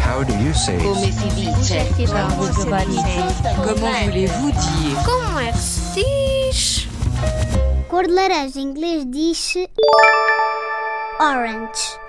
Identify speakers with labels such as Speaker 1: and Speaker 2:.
Speaker 1: How do you say?
Speaker 2: Come si dice?
Speaker 3: Como se diz?
Speaker 4: Comment voulez-vous dire
Speaker 3: Como é que se diz?
Speaker 5: Cor de laranja em inglês diz orange.